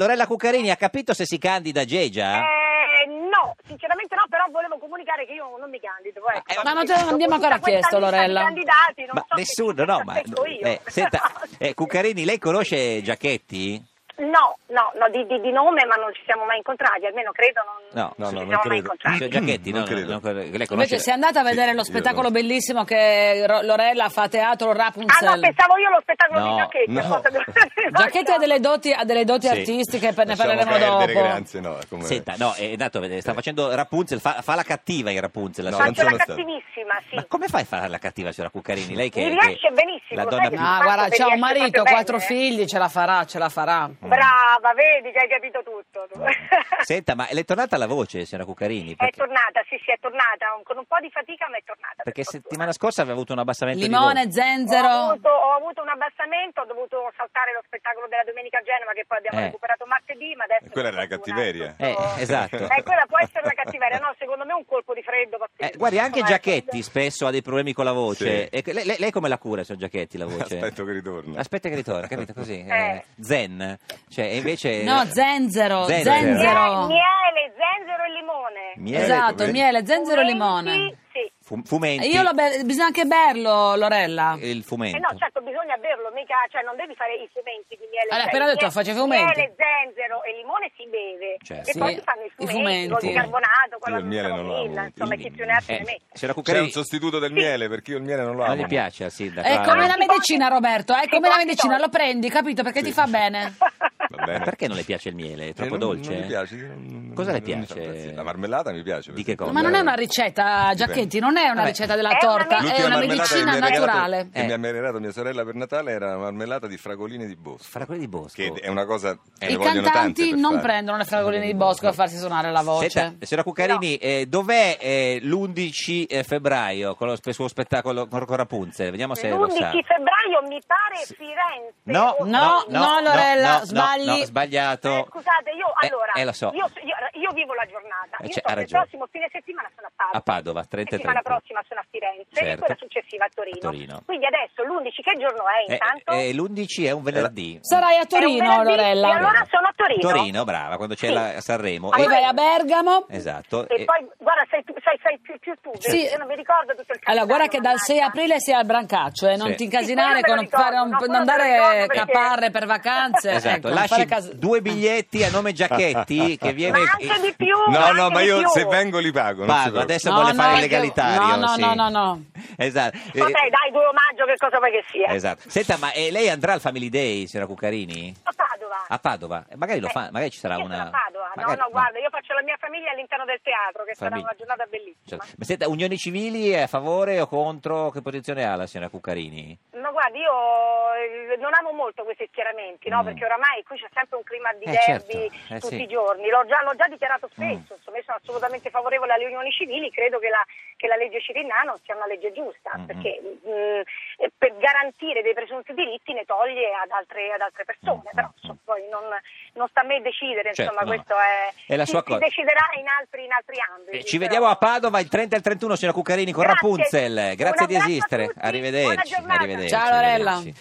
Lorella Cuccarini ha capito se si candida Gegia? Eh, no, sinceramente no, però volevo comunicare che io non mi candido. Ecco, eh, Perché ma non te- non abbiamo tutta ancora questa chiesto, lista di Lorella. Candidati, non Ma so che nessuno, cosa no, ma... aspetto io. eh, senta, eh, Cuccarini, lei conosce Giacchetti? No, no, no di, di- di nome, ma non ci siamo mai incontrati, almeno credo non, No, no, ci no, siamo non mai credo. incontrati. Cioè, Giacchetti, Mm, no, non credo. no, no, lei conosce... Invece sei andata a vedere lo Sì, spettacolo io conosco. bellissimo che Ro- Lorella fa a teatro Rapunzel. Ah no, pensavo io lo spettacolo No, di Giacchetti. no. forse dovevo- Giacchetti ha delle doti, ha delle doti Sì. artistiche, per- ne Lasciamo parleremo perdere, dopo. Grazie, no, come- Senta, no, è andato a vedere, sta facendo Rapunzel, fa, fa la cattiva in Rapunzel. la Eh. No, signora- non Faccio la sono stato. cattivissima, sì. Ma come fai a fare la cattiva signora Cuccarini? Lei che, Mi riesce che- benissimo, la lo donna sai che più... mi Ah, guarda, Infatti, c'ha un riesce proprio marito, bene, quattro eh. figli, ce la farà, ce la farà. Brava, vedi che hai capito tutto. tu. Senta, ma le è tornata la voce, signora Cuccarini? È Perché, tornata, sì, sì, è tornata, un- con un po' di fatica ma è tornata. perché per fortuna. settimana scorsa aveva avuto un abbassamento di voce. Limone, Ho zenzero. avuto, ho avuto un abbassamento, ho dovuto saltare lo spettacolo della domenica a Genova che poi abbiamo Eh. recuperato martedì, ma adesso... E quella era la per fortuna, cattiveria. è tutto- Eh, esatto. Eh, quella può essere la cattiveria, no, secondo me è un colpo di freddo pazzesco. Eh, guardi, anche Insomma, Giacchetti ecco. spesso ha dei problemi con la voce. E Sì. che- lei, lei- lei come la cura, signor Giacchetti, la voce? Aspetto che ritorni. Aspetta che ritorna, capito? Così. Eh. eh, zen. Cioè, e invece... No, zenzero, Zenzero. zenzero. Mie- Miele, zenzero e limone. Miele, Esatto, come- miele, zenzero e Fumenti, limone. Sì. fum- fumenti. Io l'ho be- bisogna anche berlo, Lorella. Il fumento. Eh no, certo, bisogna berlo, mica, cioè non devi fare i fumenti di miele. Allora, cioè, però ho detto, mie- faccio i fumenti. Cioè, Miele, zenzero e limone si beve. Certo. E Sì, poi si fanno i i fumenti, con fumenti. il carbonato, con Io la il miele non lo amo. zuccherina, insomma, Il- chi più ne ha più ne Eh, mette. signora C'è Cuccarini... un sostituto del miele, perché io il miele non lo amo. Non gli piace al sindaco? È Ah, come la Si può- medicina, Roberto, è si come la può- medicina, lo prendi, capito? Perché Sì. ti fa bene. Va bene. Ma Perché non le piace il miele? È Eh, troppo non- dolce? non mi piace, non- Cosa le non mi fa piace? impazzire. La marmellata mi piace. per Di che esempio. cosa? Ma non è una Eh, ricetta, Giacchetti, non è una Vabbè. ricetta della È una torta, medicina- è l'ultima una marmellata che medicina mi ha regalato- naturale. Che Eh. mi ha regalato mia sorella per Natale era la marmellata di fragoline di bosco. Fra quelli di Bosco. Che è una Eh. cosa che I ne vogliono tante cantanti per non fare. prendono le fragoline di bosco a farsi suonare la voce. Senta, signora Cuccarini, eh, dov'è eh, l'11 eh, febbraio con lo spe- suo spettacolo con con Rapunzel? Vediamo se lo sa. L'11 febbraio mi pare Firenze. No, o- No, no, Lorella, no, no, sbagli. no, sbagliato. Eh, scusate, io Eh, allora eh, lo so. io, io- io vivo la giornata. Eh, io cioè, so ha che il ragione. prossimo fine settimana sono a Padova. A Padova, 30 e settimana 30. prossima sono a Firenze e Certo. quella successiva a Torino. A Torino. Quindi adesso l'11 che giorno è Eh, intanto? eh, l'11 è un venerdì. Sarai a È un Torino, venerdì, E Lorella. allora sono a Torino. Torino, brava, quando c'è Sì. la Sanremo. Poi E- vai a Bergamo. Esatto. E e- poi guarda, sei, tu- sei, sei più, più tu, Sì. io non mi ricordo tutto il calendario. Allora, guarda che dal mannaggia. 6 aprile sei al Brancaccio, eh, non Sì. ti Sì, incasinare quello con me lo fare un- ricordo, non no, quello me lo andare ricordo perché- caparre per vacanze. Esatto, ecco, non lasci fare cas- due biglietti a nome Giacchetti che Ma viene... anche di più. No, no, anche ma di io più. se vengo li pago. non si Pago, preoccupi. adesso No, vuole no, fare il perché- legalitario. no, no, sì. no, no, no. Esatto. Eh, Vabbè, dai, 2 maggio che cosa vuoi che sia? Esatto. Senta, ma eh, lei andrà al Family Day, signora Cuccarini? A Padova. A Padova? Eh, Magari lo Eh, fa, magari ci sarà io una... sono a Padova. magari- no, no, guarda, io faccio la mia famiglia all'interno del teatro, che sarà Famiglia. una giornata bellissima. Certo. Ma senta, Unioni Civili è a favore o contro? Che posizione ha la signora Cuccarini? Ma guarda, io eh, non amo molto questi schieramenti, no? Mm. Perché oramai qui c'è sempre un clima di Eh, derby certo. Eh, sì. tutti Mm. i giorni. L'ho già, l'ho già dichiarato spesso, insomma, io sono assolutamente favorevole alle unioni civili, credo che la, che la legge Cirinna non sia una legge giusta, Mm-mm. perché mm, eh, per garantire dei presunti diritti ne toglie ad altre, ad altre persone, Mm-mm. però insomma, poi non, non sta a me decidere, Certo, insomma, no, no. questo è, È la si, sua si cosa. deciderà in altri, in altri ambiti. Eh, ci però- vediamo a Padova il 30 e il 31, signora Cuccarini, con Grazie. Rapunzel. Grazie Un di abbraccio a esistere. tutti, buona Arrivederci. giornata. arrivederci, Ciao, Lorella. arrivederci.